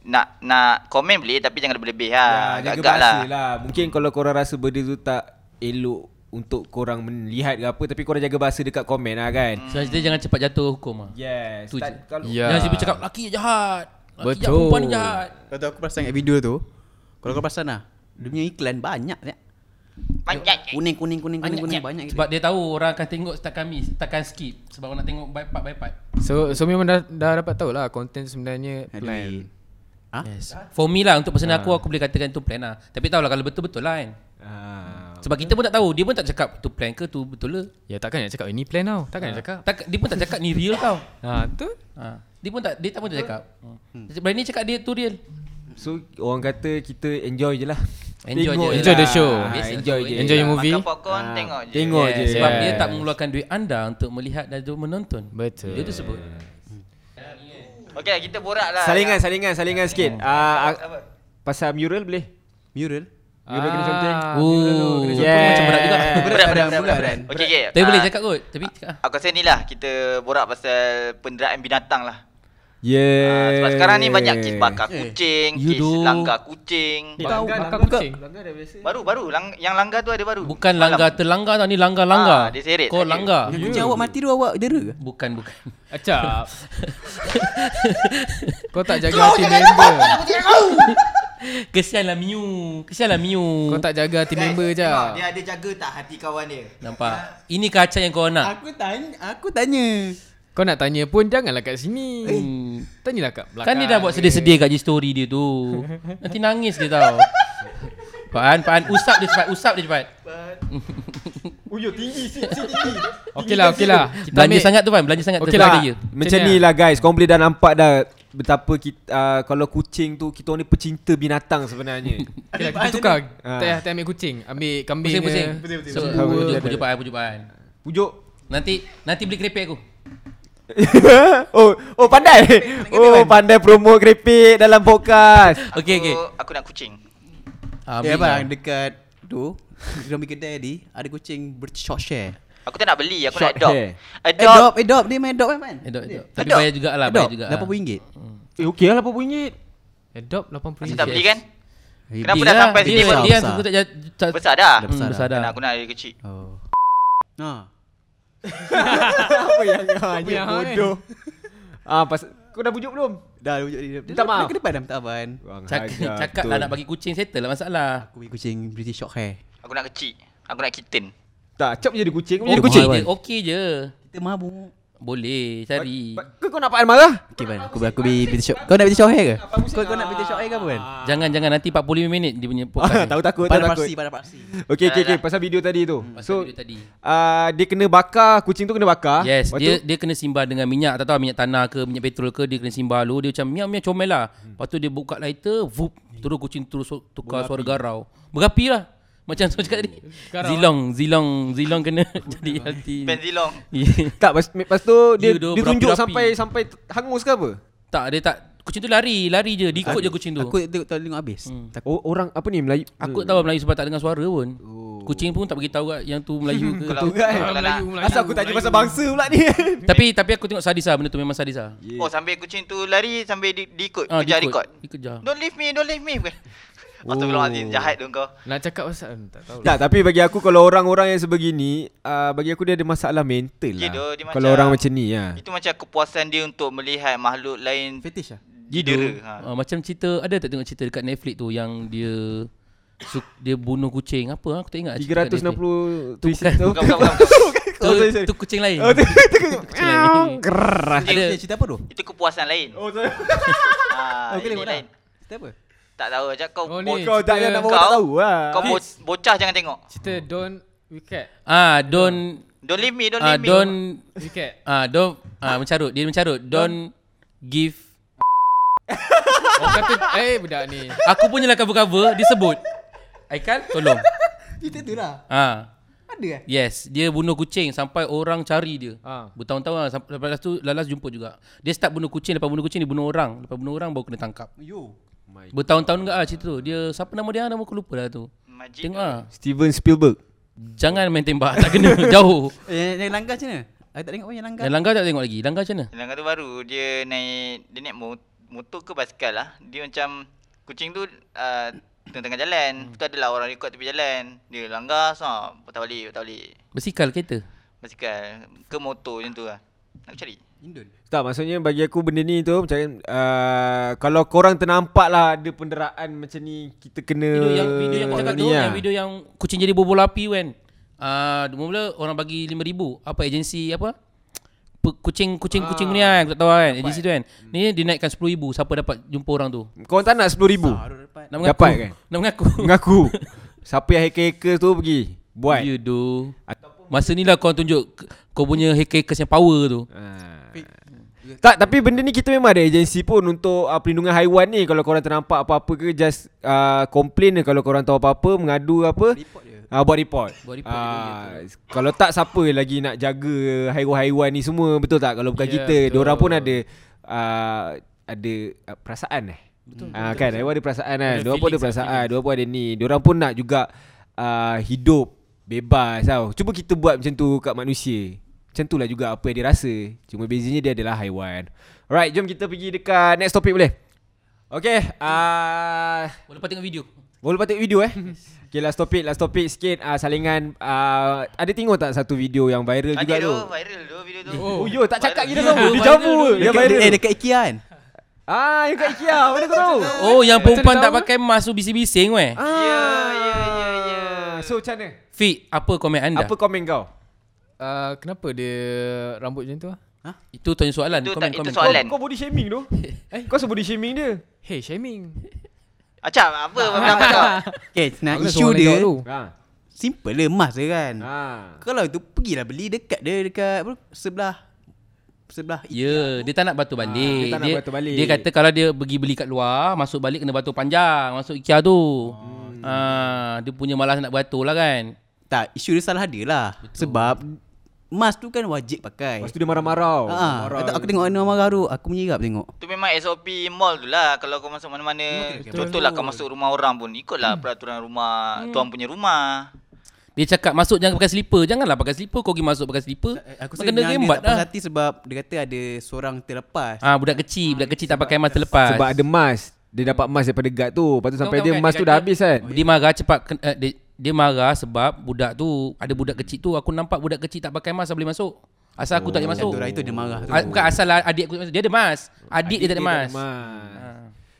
Speaker 3: nak nak komen boleh tapi jangan lebih-lebih lah.
Speaker 1: jaga
Speaker 3: Agak-agak
Speaker 1: bahasa lah Mungkin kalau korang rasa benda tu tak elok Untuk korang melihat ke apa Tapi korang jaga bahasa dekat komen lah kan
Speaker 3: Hmm.
Speaker 4: Sebab kita jangan cepat jatuh hukum ah.
Speaker 1: Yes
Speaker 4: Tu je.
Speaker 1: tak, kalau,
Speaker 2: Ya.
Speaker 4: Jangan sibuk cakap laki jahat. Laki
Speaker 2: Betul.
Speaker 4: jahat, perempuan jahat.
Speaker 5: Kalau tu aku perasan kat video tu, kalau kau perasan lah, dia punya iklan banyak ya.
Speaker 3: Banyak.
Speaker 5: Kuning kuning kuning kuning kuning banyak
Speaker 4: Sebab dia tahu orang akan tengok setakat kami, takkan skip sebab orang nak tengok by part by part.
Speaker 2: So so memang dah, dah dapat tahu lah konten sebenarnya
Speaker 5: Ada
Speaker 2: plan.
Speaker 5: duit. Ha?
Speaker 4: Yes. For me lah untuk personal aku aku boleh katakan tu plan lah. Tapi tahulah kalau betul-betul lah kan.
Speaker 1: Ah,
Speaker 4: Sebab kita pun tak tahu, dia pun tak cakap tu plan ke tu betul ke.
Speaker 2: Ya takkan nak cakap ini plan tau.
Speaker 3: Ah.
Speaker 2: Takkan nak cakap.
Speaker 4: Tak, dia pun tak cakap ni real tau.
Speaker 2: Ha betul.
Speaker 4: Ha. Dia pun tak dia tak pun tak cakap. Hmm. Berani cakap dia tu real.
Speaker 1: So orang kata kita enjoy je lah
Speaker 4: Enjoy
Speaker 1: Tengok
Speaker 4: je.
Speaker 2: Enjoy the
Speaker 1: lah.
Speaker 2: show.
Speaker 1: Ah,
Speaker 4: Biasa
Speaker 1: Enjoy
Speaker 4: tu,
Speaker 1: je
Speaker 2: Enjoy your
Speaker 1: lah.
Speaker 2: movie.
Speaker 3: Makan popcorn
Speaker 1: Ah,
Speaker 3: tengok je.
Speaker 1: Tengok je
Speaker 4: Yes. Sebab
Speaker 2: Oh,
Speaker 4: dia
Speaker 2: Yes.
Speaker 4: tak mengeluarkan duit anda untuk melihat dan untuk menonton.
Speaker 2: Betul.
Speaker 4: Dia tu sebut.
Speaker 3: Okey, kita borak lah.
Speaker 1: Salingan, salingan, salingan sikit. Ah, ah, pasal mural boleh?
Speaker 5: Mural.
Speaker 1: Mural kena conteng.
Speaker 2: Ah,
Speaker 4: Oh,
Speaker 1: kena
Speaker 4: yeah. macam berat juga.
Speaker 3: Eh, Berat, berat, berat.
Speaker 5: Berat,
Speaker 3: berat,
Speaker 5: berat.
Speaker 3: Okey, okey.
Speaker 4: Tapi
Speaker 3: Ah,
Speaker 4: boleh cakap kot. Tapi cakap ah.
Speaker 3: Aku rasa ni lah kita borak pasal penderaan binatang lah.
Speaker 1: Yeah.
Speaker 3: Ah, sebab sekarang ni banyak kes bakar kucing,
Speaker 4: You
Speaker 3: kes
Speaker 4: do.
Speaker 3: langgar kucing.
Speaker 2: Eh, Tahu bakar kucing.
Speaker 3: Baru baru lang, yang langgar tu ada baru.
Speaker 4: Bukan langgar terlanggar tau ni
Speaker 3: Ah,
Speaker 4: langgar-langgar.
Speaker 3: dia seret
Speaker 4: Kau
Speaker 3: tadi.
Speaker 4: langgar.
Speaker 5: Yang kucing awak mati tu awak dera ke?
Speaker 4: Bukan bukan.
Speaker 2: Acap. Kau tak jaga hati member.
Speaker 4: Kesianlah Miu. Kesianlah
Speaker 2: Kau
Speaker 4: Miu.
Speaker 2: tak jaga team member je.
Speaker 3: tengok, Dia ada jaga tak hati kawan dia
Speaker 4: Nampak? Ini kacang yang kau nak.
Speaker 5: Aku tanya, aku tanya.
Speaker 2: Kau nak tanya pun janganlah kat sini.
Speaker 3: Eh.
Speaker 2: Tanyalah kat belakang.
Speaker 4: Kan dia dah buat sedih-sedih kat story dia tu. Nanti nangis dia tau. Pahan, pahan. Usap dia cepat, usap dia cepat.
Speaker 1: Uyo tinggi si, si tinggi.
Speaker 2: Okey lah, okey lah. Kita
Speaker 4: Belanja
Speaker 2: ambil-
Speaker 4: sangat tu Pan, belanja sangat
Speaker 2: Okey
Speaker 4: terserah
Speaker 2: lah.
Speaker 4: dia.
Speaker 1: Macam
Speaker 2: Macam
Speaker 1: ni
Speaker 2: ni
Speaker 1: lah guys Korang boleh dah nampak dah Betapa kita, uh, Kalau kucing tu Kita orang ni pecinta binatang sebenarnya
Speaker 2: Okay, lah, kita tukar.
Speaker 1: Ah.
Speaker 2: Tak payah tak ambil kucing. Ambil kambing.
Speaker 4: Pusing-pusing.
Speaker 2: ke.
Speaker 1: Betul,
Speaker 4: Semua
Speaker 1: betul,
Speaker 4: pujuk,
Speaker 1: betul.
Speaker 4: pujuk Pan, pujuk Pan.
Speaker 1: Pujuk
Speaker 4: Nanti nanti beli keripik aku.
Speaker 1: oh, oh pandai. Oh pandai promo keripik dalam podcast.
Speaker 4: Okey,
Speaker 3: Aku-
Speaker 4: okey.
Speaker 3: Aku nak kucing
Speaker 4: Ah,
Speaker 5: Ya
Speaker 4: beli
Speaker 5: bang,
Speaker 4: lah.
Speaker 5: dekat tu Zombie kedai ni Ada kucing short share
Speaker 3: Aku tak nak beli Aku
Speaker 1: Short
Speaker 3: nak adopt
Speaker 1: hair.
Speaker 3: Adopt
Speaker 5: Adopt, adopt Dia main adopt kan man?
Speaker 4: Adopt, adopt. Tapi
Speaker 3: Adopt.
Speaker 4: bayar jugalah, bayar
Speaker 5: Adopt,
Speaker 4: jugalah.
Speaker 5: RM80
Speaker 1: Eh okey lah RM80.
Speaker 2: Adopt
Speaker 3: Masih
Speaker 2: RM80.
Speaker 3: tak beli kan Kenapa
Speaker 5: Big
Speaker 3: dah
Speaker 5: lah.
Speaker 3: sampai
Speaker 5: Big
Speaker 4: Dia
Speaker 3: sini
Speaker 5: lah.
Speaker 4: dia yang suka tak jat- tak-
Speaker 3: Besar dah
Speaker 5: Dah
Speaker 4: Hmm, besar dah.
Speaker 3: Nak aku nak dari kecil
Speaker 5: Oh Ha
Speaker 1: Apa yang
Speaker 2: Apa yang hang ni?
Speaker 1: Ah pas kau dah pujuk belum?
Speaker 5: Dah dia dia- dia-
Speaker 1: Minta maaf.
Speaker 5: Dia ke depan dah minta abang
Speaker 4: Cak, cakap lah nak bagi kucing settle lah masalah.
Speaker 5: Aku beli kucing British short hair
Speaker 3: Aku nak kecil Aku nak kitten
Speaker 1: Tak, cap jadi kucing, kau
Speaker 4: Okey
Speaker 1: jadi kucing.
Speaker 4: je, Okey je.
Speaker 5: Kita mabuk
Speaker 4: Boleh cari.
Speaker 1: Ba- Kau kau nak pakai marah?
Speaker 5: Okay man, aku, aku beli British short Kau nak British short hair ke? Kau, kau nak British short hair ke apa kan?
Speaker 4: Jangan jangan nanti 45 minit dia punya podcast. ni.
Speaker 1: Tahu takut, tahu
Speaker 5: Pada
Speaker 1: takut.
Speaker 5: parsi, pada parsi
Speaker 1: Okey okey okey
Speaker 3: Alah.
Speaker 1: pasal video tadi tu. So
Speaker 4: Hmm, video tadi.
Speaker 1: ah, dia kena bakar, kucing tu kena bakar.
Speaker 4: Yes,
Speaker 1: Ah, Lepas
Speaker 4: dia
Speaker 1: tu-
Speaker 4: dia kena simbah dengan minyak, tak tahu minyak tanah ke minyak petrol ke dia kena simbah dulu. Dia macam miau-miau comel lah. Lepas tu dia buka lighter, vup, terus kucing terus su- tukar suara garau. Berapi lah. Macam saya cakap tadi.
Speaker 2: Garau.
Speaker 4: Zilong, zilong, zilong kena jadi healthy.
Speaker 3: Penzilong
Speaker 4: Yeah.
Speaker 1: tak pas, pas tu dia,
Speaker 4: Dia dah
Speaker 1: dia tunjuk
Speaker 4: berapi-rapi.
Speaker 1: sampai sampai hangus ke apa?
Speaker 4: tak, dia tak kucing tu lari, lari je, diikut je kucing tu.
Speaker 5: Aku tengok tak tengok habis
Speaker 1: Oh,
Speaker 5: Takut
Speaker 1: orang apa ni Melayu? Hmm.
Speaker 4: Aku tak tahu Melayu sebab tak dengar suara pun. Kucing pun tak beritahu kat yang tu Melayu ke.
Speaker 3: Kalau
Speaker 1: kan?
Speaker 3: kalau nak
Speaker 2: Melayu, Melayu.
Speaker 1: Asal aku tanya pasal bangsa pula ni.
Speaker 4: tapi tapi aku tengok sadis lah benda tu memang sadis lah.
Speaker 3: Oh sambil kucing tu lari Sambil di, diikut
Speaker 4: Ah, Oh.
Speaker 3: Kejar
Speaker 4: diikut.
Speaker 3: record
Speaker 4: Dikejar.
Speaker 3: Don't leave me Don't leave me Astagfirullahaladzim Jahat tu kau
Speaker 2: Nak cakap pasal eh, tak tahu. lah.
Speaker 1: Tak, tapi bagi aku kalau orang-orang yang sebegini, uh, bagi aku dia ada masalah mental lah.
Speaker 3: Ya, dia- dia
Speaker 1: kalau
Speaker 3: macam-
Speaker 1: orang macam ni
Speaker 4: Ah.
Speaker 1: ya.
Speaker 3: Itu macam kepuasan dia Untuk melihat makhluk lain
Speaker 5: Fetish lah
Speaker 3: Didera ha.
Speaker 4: Uh, macam cerita ada tak tengok cerita dekat Netflix tu yang dia su- dia bunuh kucing apa aku tak ingat cerita kat Netflix.
Speaker 1: 360
Speaker 4: Tu
Speaker 1: tu.
Speaker 4: bukan.
Speaker 3: Bukan bukan bukan, bukan.
Speaker 1: Oh, sorry, sorry.
Speaker 4: tu, tu kucing lain.
Speaker 1: Oh, tu tu
Speaker 4: kucing lain.
Speaker 5: Ada
Speaker 4: Ada
Speaker 5: cerita apa tu?
Speaker 3: Itu kepuasan lain
Speaker 1: Oh, sorry.
Speaker 3: ha,
Speaker 5: Aku
Speaker 3: Ini
Speaker 5: tengok dah
Speaker 3: lain
Speaker 5: Cerita apa?
Speaker 3: Tak tahu Ajak kau
Speaker 2: Oh,
Speaker 3: bo-
Speaker 2: ni.
Speaker 1: Kau tak payah nak bawa
Speaker 3: Kau-
Speaker 1: tak tahu lah.
Speaker 3: Kau bo- bocah jangan tengok
Speaker 2: Cerita Don Wicket.
Speaker 4: ah don
Speaker 3: Don't leave me Don't
Speaker 4: ah
Speaker 3: leave me
Speaker 4: don
Speaker 2: Wicket.
Speaker 4: ah don ah mencarut dia mencarut don give
Speaker 2: Orang kata eh budak ni.
Speaker 4: aku punya lah cover-cover disebut Aikal tolong
Speaker 5: Cerita tu lah
Speaker 4: ah
Speaker 5: Ada eh?
Speaker 4: Yes, dia bunuh kucing sampai orang cari dia.
Speaker 2: Ha.
Speaker 4: Bertahun-tahun lah. Sampai- lepas tu Lalas jumpa juga. Dia start bunuh kucing, lepas bunuh kucing dia bunuh orang, lepas bunuh orang baru kena tangkap.
Speaker 5: Yo
Speaker 4: Bertahun-tahun enggak ah cerita tu. Dia siapa nama dia? Nama aku lupa lah tu.
Speaker 3: Majid
Speaker 4: Tengok ah.
Speaker 1: Steven Spielberg.
Speaker 4: Jangan main tembak, tak kena jauh.
Speaker 5: Eh, Yang, yang langgar macam mana? Aku tak tengok pun yang langgar
Speaker 4: Yang langgar tak tengok lagi. Langgar macam mana?
Speaker 3: Yang tu baru dia naik dia naik mo- motor ke basikal lah. Dia macam kucing tu uh, tengah-tengah jalan. Hmm. Tu adalah orang record tepi jalan. Dia langgar sah, patah balik, patah balik.
Speaker 4: Bersikal kereta.
Speaker 3: Basikal ke motor macam tu lah. Nak cari.
Speaker 5: Indon
Speaker 1: Tak, maksudnya bagi aku benda ni tu macam uh, kalau korang ternampak lah ada penderaan macam ni, kita kena
Speaker 4: Video yang video yang aku
Speaker 1: orang
Speaker 4: cakap
Speaker 1: ni
Speaker 4: tu,
Speaker 1: lah.
Speaker 4: yang video yang kucing jadi bobol api tu kan. Ah, uh, mula orang bagi 5000. Apa agensi apa? Pe- Kucing kucing kucing
Speaker 1: Ah.
Speaker 4: ni kan, aku tak tahu kan. Agensi tu kan. Ni dia naikkan 10000 siapa dapat jumpa orang tu.
Speaker 1: Korang tak nak RM10,000?
Speaker 4: Nak
Speaker 1: Dapat
Speaker 4: mengaku.
Speaker 1: kan?
Speaker 4: Nak mengaku.
Speaker 1: Mengaku. Siapa yang hacker-hacker tu pergi buat.
Speaker 4: You do. Masa ni lah kau tunjuk k- kau punya hackers yang power tu.
Speaker 1: Ah. Tak tapi benda ni kita memang ada agensi pun untuk uh, perlindungan haiwan ni kalau korang ternampak apa-apa ke just uh, complain je kalau korang tahu apa-apa mengadu apa report uh, buat report.
Speaker 4: Buat report dia
Speaker 1: Uh, kalau tak siapa lagi nak jaga haiwan-haiwan ni semua betul tak kalau bukan
Speaker 2: Ya,
Speaker 1: yeah, kita
Speaker 2: betul.
Speaker 1: diorang pun ada uh, ada uh, perasaan eh. Betul. Ah kan haiwan ada perasaan kan.
Speaker 2: Ada
Speaker 1: Diorang pun ada
Speaker 2: feelings, ada
Speaker 1: perasaan, diorang pun ada ni. Diorang pun nak juga uh, hidup bebas tau. Cuba kita buat macam tu kat manusia. Macam tu lah juga apa yang dia rasa. Cuma bezanya dia adalah haiwan. Alright, jom kita pergi dekat next topic boleh? Okay, uh,
Speaker 4: Boleh lepas tengok video.
Speaker 1: boleh patut video eh. Okay, last topic, last topic sikit uh, salingan uh, ada tengok tak satu video yang viral
Speaker 3: Ada
Speaker 1: juga
Speaker 3: tu
Speaker 1: tu?
Speaker 3: viral tu video tu.
Speaker 1: Oh, yo tak cakap kita
Speaker 4: Viral.
Speaker 1: tahu. Dia
Speaker 4: Viral
Speaker 1: jamu.
Speaker 4: dulu.
Speaker 1: Dia
Speaker 5: Dekat,
Speaker 1: viral.
Speaker 5: eh, dekat IKEA kan?
Speaker 1: Ah, yang kat IKEA. Mana kau tahu?
Speaker 4: Oh, yang perempuan
Speaker 2: Macam
Speaker 4: tak
Speaker 2: tahu?
Speaker 4: pakai mask tu bising-bising weh.
Speaker 1: Ah.
Speaker 3: Ya, ya, ya, ya.
Speaker 1: So, macam mana?
Speaker 4: Fik, apa komen anda?
Speaker 1: Apa komen kau?
Speaker 2: Uh, kenapa dia rambut macam tu ah?
Speaker 4: Itu tanya soalan.
Speaker 3: Itu tak-
Speaker 4: komen,
Speaker 3: itu
Speaker 4: komen.
Speaker 3: soalan. Alan.
Speaker 1: Kau body shaming tu? eh? Kau sebody shaming dia?
Speaker 2: Hey, shaming.
Speaker 3: Acap, apa pendapat kau?
Speaker 5: Okay, nah
Speaker 2: Aku rasa
Speaker 5: Eh, isu
Speaker 2: orang lain
Speaker 5: dia
Speaker 2: jawab tu.
Speaker 1: Ha.
Speaker 5: simple lah emas dia kan.
Speaker 1: Ha.
Speaker 5: Kalau tu pergilah beli dekat dia dekat apa, sebelah sebelah
Speaker 4: Ya, yeah, dia tak nak batu balik.
Speaker 1: dia tak nak batu balik.
Speaker 4: Dia kata kalau dia pergi beli kat luar, masuk balik kena batu panjang, masuk IKEA tu. Hmm. Ah, dia punya malas nak batu lah kan.
Speaker 5: Tak, isu dia salah dia lah Betul. Sebab Mas tu kan wajib pakai
Speaker 1: Lepas tu dia marah-marah.
Speaker 4: Ah,
Speaker 5: ha,
Speaker 1: Marah.
Speaker 5: Aku tengok Ana marah tu Aku menyirap tengok
Speaker 3: Tu memang SOP mall tu lah Kalau kau masuk mana-mana Contohlah kau masuk rumah orang pun Ikutlah peraturan rumah Tuan punya rumah
Speaker 4: Dia cakap masuk jangan pakai slipper. Janganlah pakai slipper. Kau pergi masuk pakai slipper.
Speaker 5: Eh, Aku
Speaker 4: kau
Speaker 5: rasa
Speaker 4: kena
Speaker 5: yang dia
Speaker 4: rembat
Speaker 5: tak puas
Speaker 4: lah.
Speaker 5: hati sebab Dia kata ada seorang terlepas
Speaker 4: Ah, budak kecil, budak kecil tak pakai mask terlepas.
Speaker 1: Sebab ada mas. Dia dapat mas daripada guard tu. Lepas tu sampai
Speaker 4: Bukan,
Speaker 1: dia
Speaker 4: bukan.
Speaker 1: mas
Speaker 4: Dia
Speaker 1: tu dah
Speaker 4: kata-
Speaker 1: habis kan?
Speaker 4: Dia marah cepat ken- eh, dia, dia marah sebab budak tu ada budak kecil tu aku nampak budak kecil tak pakai mask tak boleh masuk. Asal aku tak boleh
Speaker 5: Yang
Speaker 4: masuk.
Speaker 5: tu lah itu dia marah tu
Speaker 4: A- bukan asal lah adik aku tak masuk. Dia ada mask. Adik, dia tak ada Ah. mask.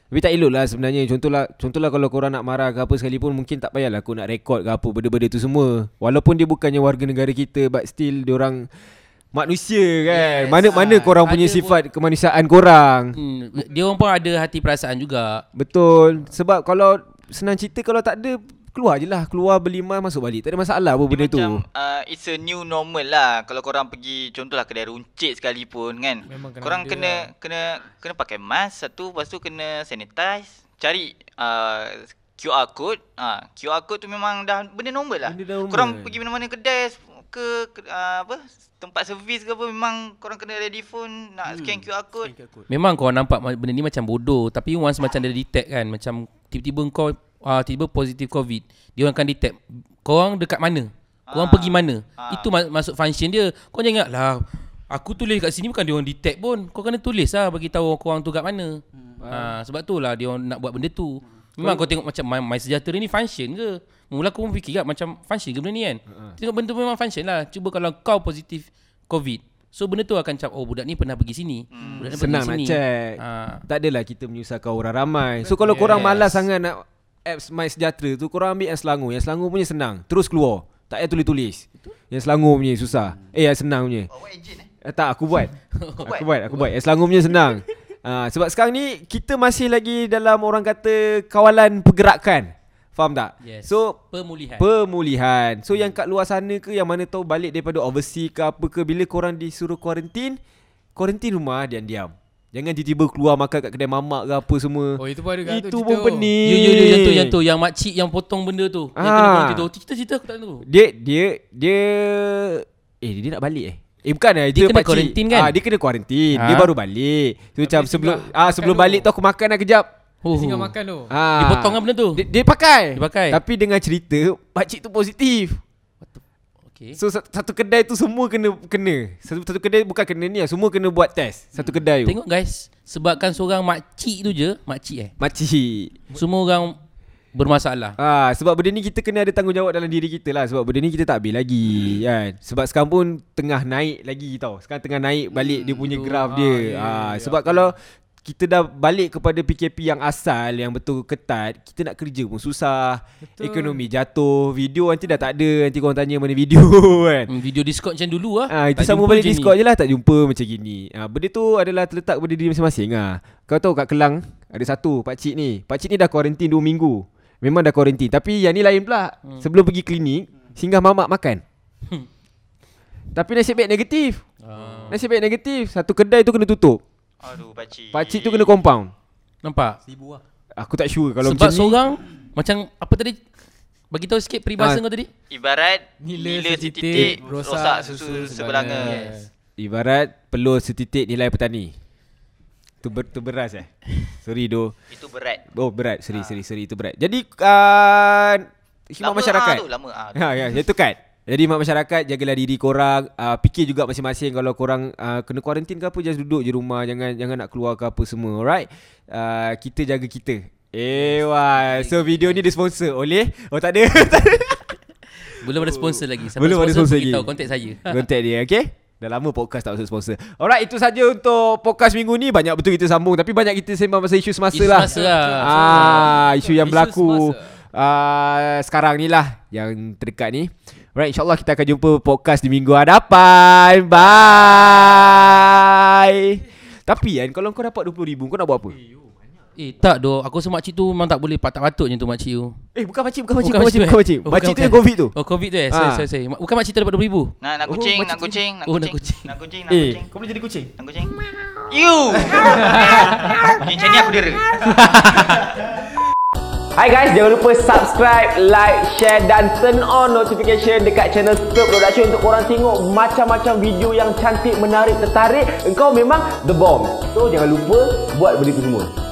Speaker 1: Tapi tak elok lah sebenarnya Contohlah Contohlah kalau korang nak marah ke apa sekalipun Mungkin tak payahlah aku nak rekod ke apa Benda-benda tu semua Walaupun dia bukannya warga negara kita But still diorang Manusia kan yes, Mana-mana korang punya
Speaker 4: Ah, Ada
Speaker 1: sifat kemanusiaan korang
Speaker 4: Hmm, dia orang pun ada hati perasaan juga.
Speaker 1: Betul Sebab kalau Senang cerita kalau tak ada Keluar je lah Keluar beli mas masuk balik Tak ada masalah apa benda tu
Speaker 3: Macam uh, it's a new normal lah Kalau korang pergi Contohlah kedai runcit sekalipun kan
Speaker 2: Memang kena
Speaker 3: Korang
Speaker 2: ada
Speaker 3: kena Kena kena pakai mask Satu Lepas tu kena sanitize Cari uh, QR code uh, QR code tu memang dah Benda normal lah
Speaker 1: Benda normal.
Speaker 3: Korang pergi mana-mana kedai Ke, ke uh, apa Tempat servis ke apa Memang korang kena ready phone
Speaker 1: Hmm.
Speaker 3: Nak scan QR code
Speaker 4: Memang kau nampak ma- benda ni macam bodoh tapi once macam dia detect kan macam tiba-tiba kau uh, tiba positif covid dia orang akan detect kau orang dekat mana kau orang pergi mana itu ma- masuk function dia kau jangan ingat lah aku tulis kat sini bukan dia orang detect pun kau kena tulis lah bagi tahu kau orang tu kat mana ha, sebab tu lah dia orang nak buat benda tu memang kau tengok macam my, my sejahtera ni function ke mula aku pun fikir kat macam function ke benda ni kan tengok benda tu memang function lah cuba kalau kau positif covid So benda tu akan cakap Oh budak ni pernah pergi sini Budak ni
Speaker 1: Senang nak
Speaker 4: pergi sini.
Speaker 1: check
Speaker 4: Ha.
Speaker 1: Tak adalah kita menyusahkan orang ramai So kalau yes. korang malas sangat nak Apps My Sejahtera tu Korang ambil yang Selangor Yang Selangor punya senang Terus keluar Tak payah tulis-tulis Yang Selangor punya susah Eh yang senang punya
Speaker 3: Bawa engine eh
Speaker 1: eh, Tak aku buat Aku buat Aku buat Yang Selangor punya senang Ah, Sebab sekarang ni Kita masih lagi dalam orang kata Kawalan pergerakan Faham tak?
Speaker 4: Yes.
Speaker 1: So Eh.
Speaker 4: Pemulihan
Speaker 1: Pemulihan So yang kat luar sana ke Yang mana tahu balik daripada overseas ke apa ke Bila korang disuruh kuarantin Kuarantin rumah diam-diam Jangan tiba-tiba keluar makan kat kedai mamak ke apa semua
Speaker 2: Oh, itu pun ada kat
Speaker 1: Itu pun
Speaker 2: tu cerita tu.
Speaker 1: pening
Speaker 4: You you you yang tu yang tu yang makcik yang potong benda tu. Yang
Speaker 1: Ah.
Speaker 4: kena berhenti tu. Cerita-cerita aku tak tahu.
Speaker 1: Dia dia dia Eh dia nak balik eh Eh bukan eh
Speaker 4: Dia
Speaker 1: itu
Speaker 4: kena
Speaker 1: pakcik.
Speaker 4: kuarantin kan?
Speaker 1: ah, Dia kena kuarantin Dia
Speaker 4: Ah.
Speaker 1: baru balik So macam
Speaker 2: dia
Speaker 1: sebelum
Speaker 2: singgah
Speaker 1: ah, Sebelum
Speaker 2: makan
Speaker 1: balik tu aku makan lah kejap
Speaker 4: Oh.
Speaker 2: Singgah makan tu.
Speaker 1: ah.
Speaker 4: Dia potong kan benda tu?
Speaker 1: dia, dia pakai
Speaker 4: Dia pakai.
Speaker 1: Tapi dengan cerita Pakcik tu positif
Speaker 4: Okey.
Speaker 1: So sat- satu kedai tu semua kena kena. Satu satu kedai bukan kena ni lah, semua kena buat test. Satu kedai tu.
Speaker 4: Tengok guys, sebabkan seorang makcik tu je, makcik eh.
Speaker 1: Makcik.
Speaker 4: Semua orang bermasalah.
Speaker 1: Ah sebab benda ni kita kena ada tanggungjawab dalam diri kita lah sebab benda ni kita tak habis lagi kan. Sebab sekarang pun tengah naik lagi tau. Sekarang tengah naik balik dia punya graf dia. Ah sebab kalau kita dah balik kepada PKP yang asal yang betul ketat, kita nak kerja pun susah. Ekonomi jatuh, video nanti dah tak ada. Nanti korang tanya mana video kan.
Speaker 4: Hmm, video Discord macam dulu lah.
Speaker 1: Ah itu
Speaker 4: Tak
Speaker 1: sama
Speaker 4: jumpa
Speaker 1: balik
Speaker 4: je ni.
Speaker 1: Discord je lah tak jumpa macam gini. Ah benda tu adalah terletak pada diri masing-masing ah. Kau tahu kat Kelang ada satu pak cik ni. Pak cik ni dah kuarantin 2 minggu. Memang dah kuarantin tapi yang ni lain pula. Hmm. Sebelum pergi klinik singgah mamak makan.
Speaker 4: Hmm.
Speaker 1: tapi nasib baik negatif. Ah. Nasib baik negatif. Satu kedai tu kena tutup.
Speaker 3: Aduh pakcik
Speaker 1: Pak cik tu kena compound.
Speaker 4: Nampak?
Speaker 5: Seribu lah
Speaker 1: Aku tak sure kalau
Speaker 4: Sebab
Speaker 1: macam ni.
Speaker 4: seorang macam apa tadi? Bagi tahu sikit
Speaker 1: Ah.
Speaker 4: peribahasa kau tadi.
Speaker 3: Ibarat
Speaker 2: Nila
Speaker 3: nila,
Speaker 2: setitik,
Speaker 3: setitik, rosak, susu sebelanga.
Speaker 2: Yes.
Speaker 1: Ibarat pelur setitik nilai petani. Tu, ber, tu beras eh. Sorry doh.
Speaker 3: Itu berat.
Speaker 1: Oh berat Sorry sorry sorry Itu berat Jadi uh, Khidmat
Speaker 3: Ah. Lama
Speaker 1: masyarakat
Speaker 3: ah tu, lama ah tu.
Speaker 1: ha, ya, Itu kan Jadi khidmat masyarakat Jagalah diri korang uh, Fikir juga masing-masing Kalau korang uh, Kena kuarantin ke apa Just duduk je rumah Jangan jangan nak keluar ke apa semua Alright uh, Kita jaga kita Eh wah So video ni disponsor oleh Oh tak ada Tak ada
Speaker 4: Belum ada sponsor lagi.
Speaker 1: Belum ada sponsor lagi
Speaker 4: Tahu kontak saya.
Speaker 1: Contact dia okay Dah lama podcast tak masuk sponsor Alright itu saja untuk podcast minggu ni Banyak betul kita sambung Tapi banyak kita sembang pasal isu semasa
Speaker 4: Isu
Speaker 1: lah
Speaker 4: semasa lah.
Speaker 1: ah, Isu yang
Speaker 2: Isu
Speaker 1: berlaku
Speaker 2: semasa.
Speaker 1: ah, Sekarang ni lah Yang terdekat ni Alright insyaAllah kita akan jumpa podcast di minggu hadapan Bye Tapi kan kalau kau dapat RM20,000 kau nak buat apa?
Speaker 4: Eh tak doh, aku rasa makcik tu memang tak boleh tak patutnya tu makcik tu.
Speaker 1: Eh bukan makcik, bukan makcik, bukan makcik, bukan makcik.
Speaker 4: Oh,
Speaker 1: Makcik tu
Speaker 4: bukan,
Speaker 1: yang COVID tu.
Speaker 4: Oh covid tu eh. Sorry
Speaker 1: Ah.
Speaker 4: sorry sorry. Ma- Bukan makcik tu dapat
Speaker 3: Nak
Speaker 4: 20,000.
Speaker 3: nak
Speaker 1: Oh,
Speaker 3: kucing,
Speaker 1: macam
Speaker 3: nak
Speaker 1: tu.
Speaker 3: kucing, nak
Speaker 4: Oh, nak
Speaker 3: kucing. Nak kucing, nak
Speaker 1: Eh,
Speaker 3: kucing.
Speaker 1: kau boleh jadi kucing?
Speaker 3: Nak kucing. You. Okay, macam ni aku dera.
Speaker 1: Hai guys, jangan lupa subscribe, like, share dan turn on notification dekat channel Scoop Production untuk korang tengok macam-macam video yang cantik, menarik, tertarik. Engkau memang the bomb. So jangan lupa buat benda tu semua.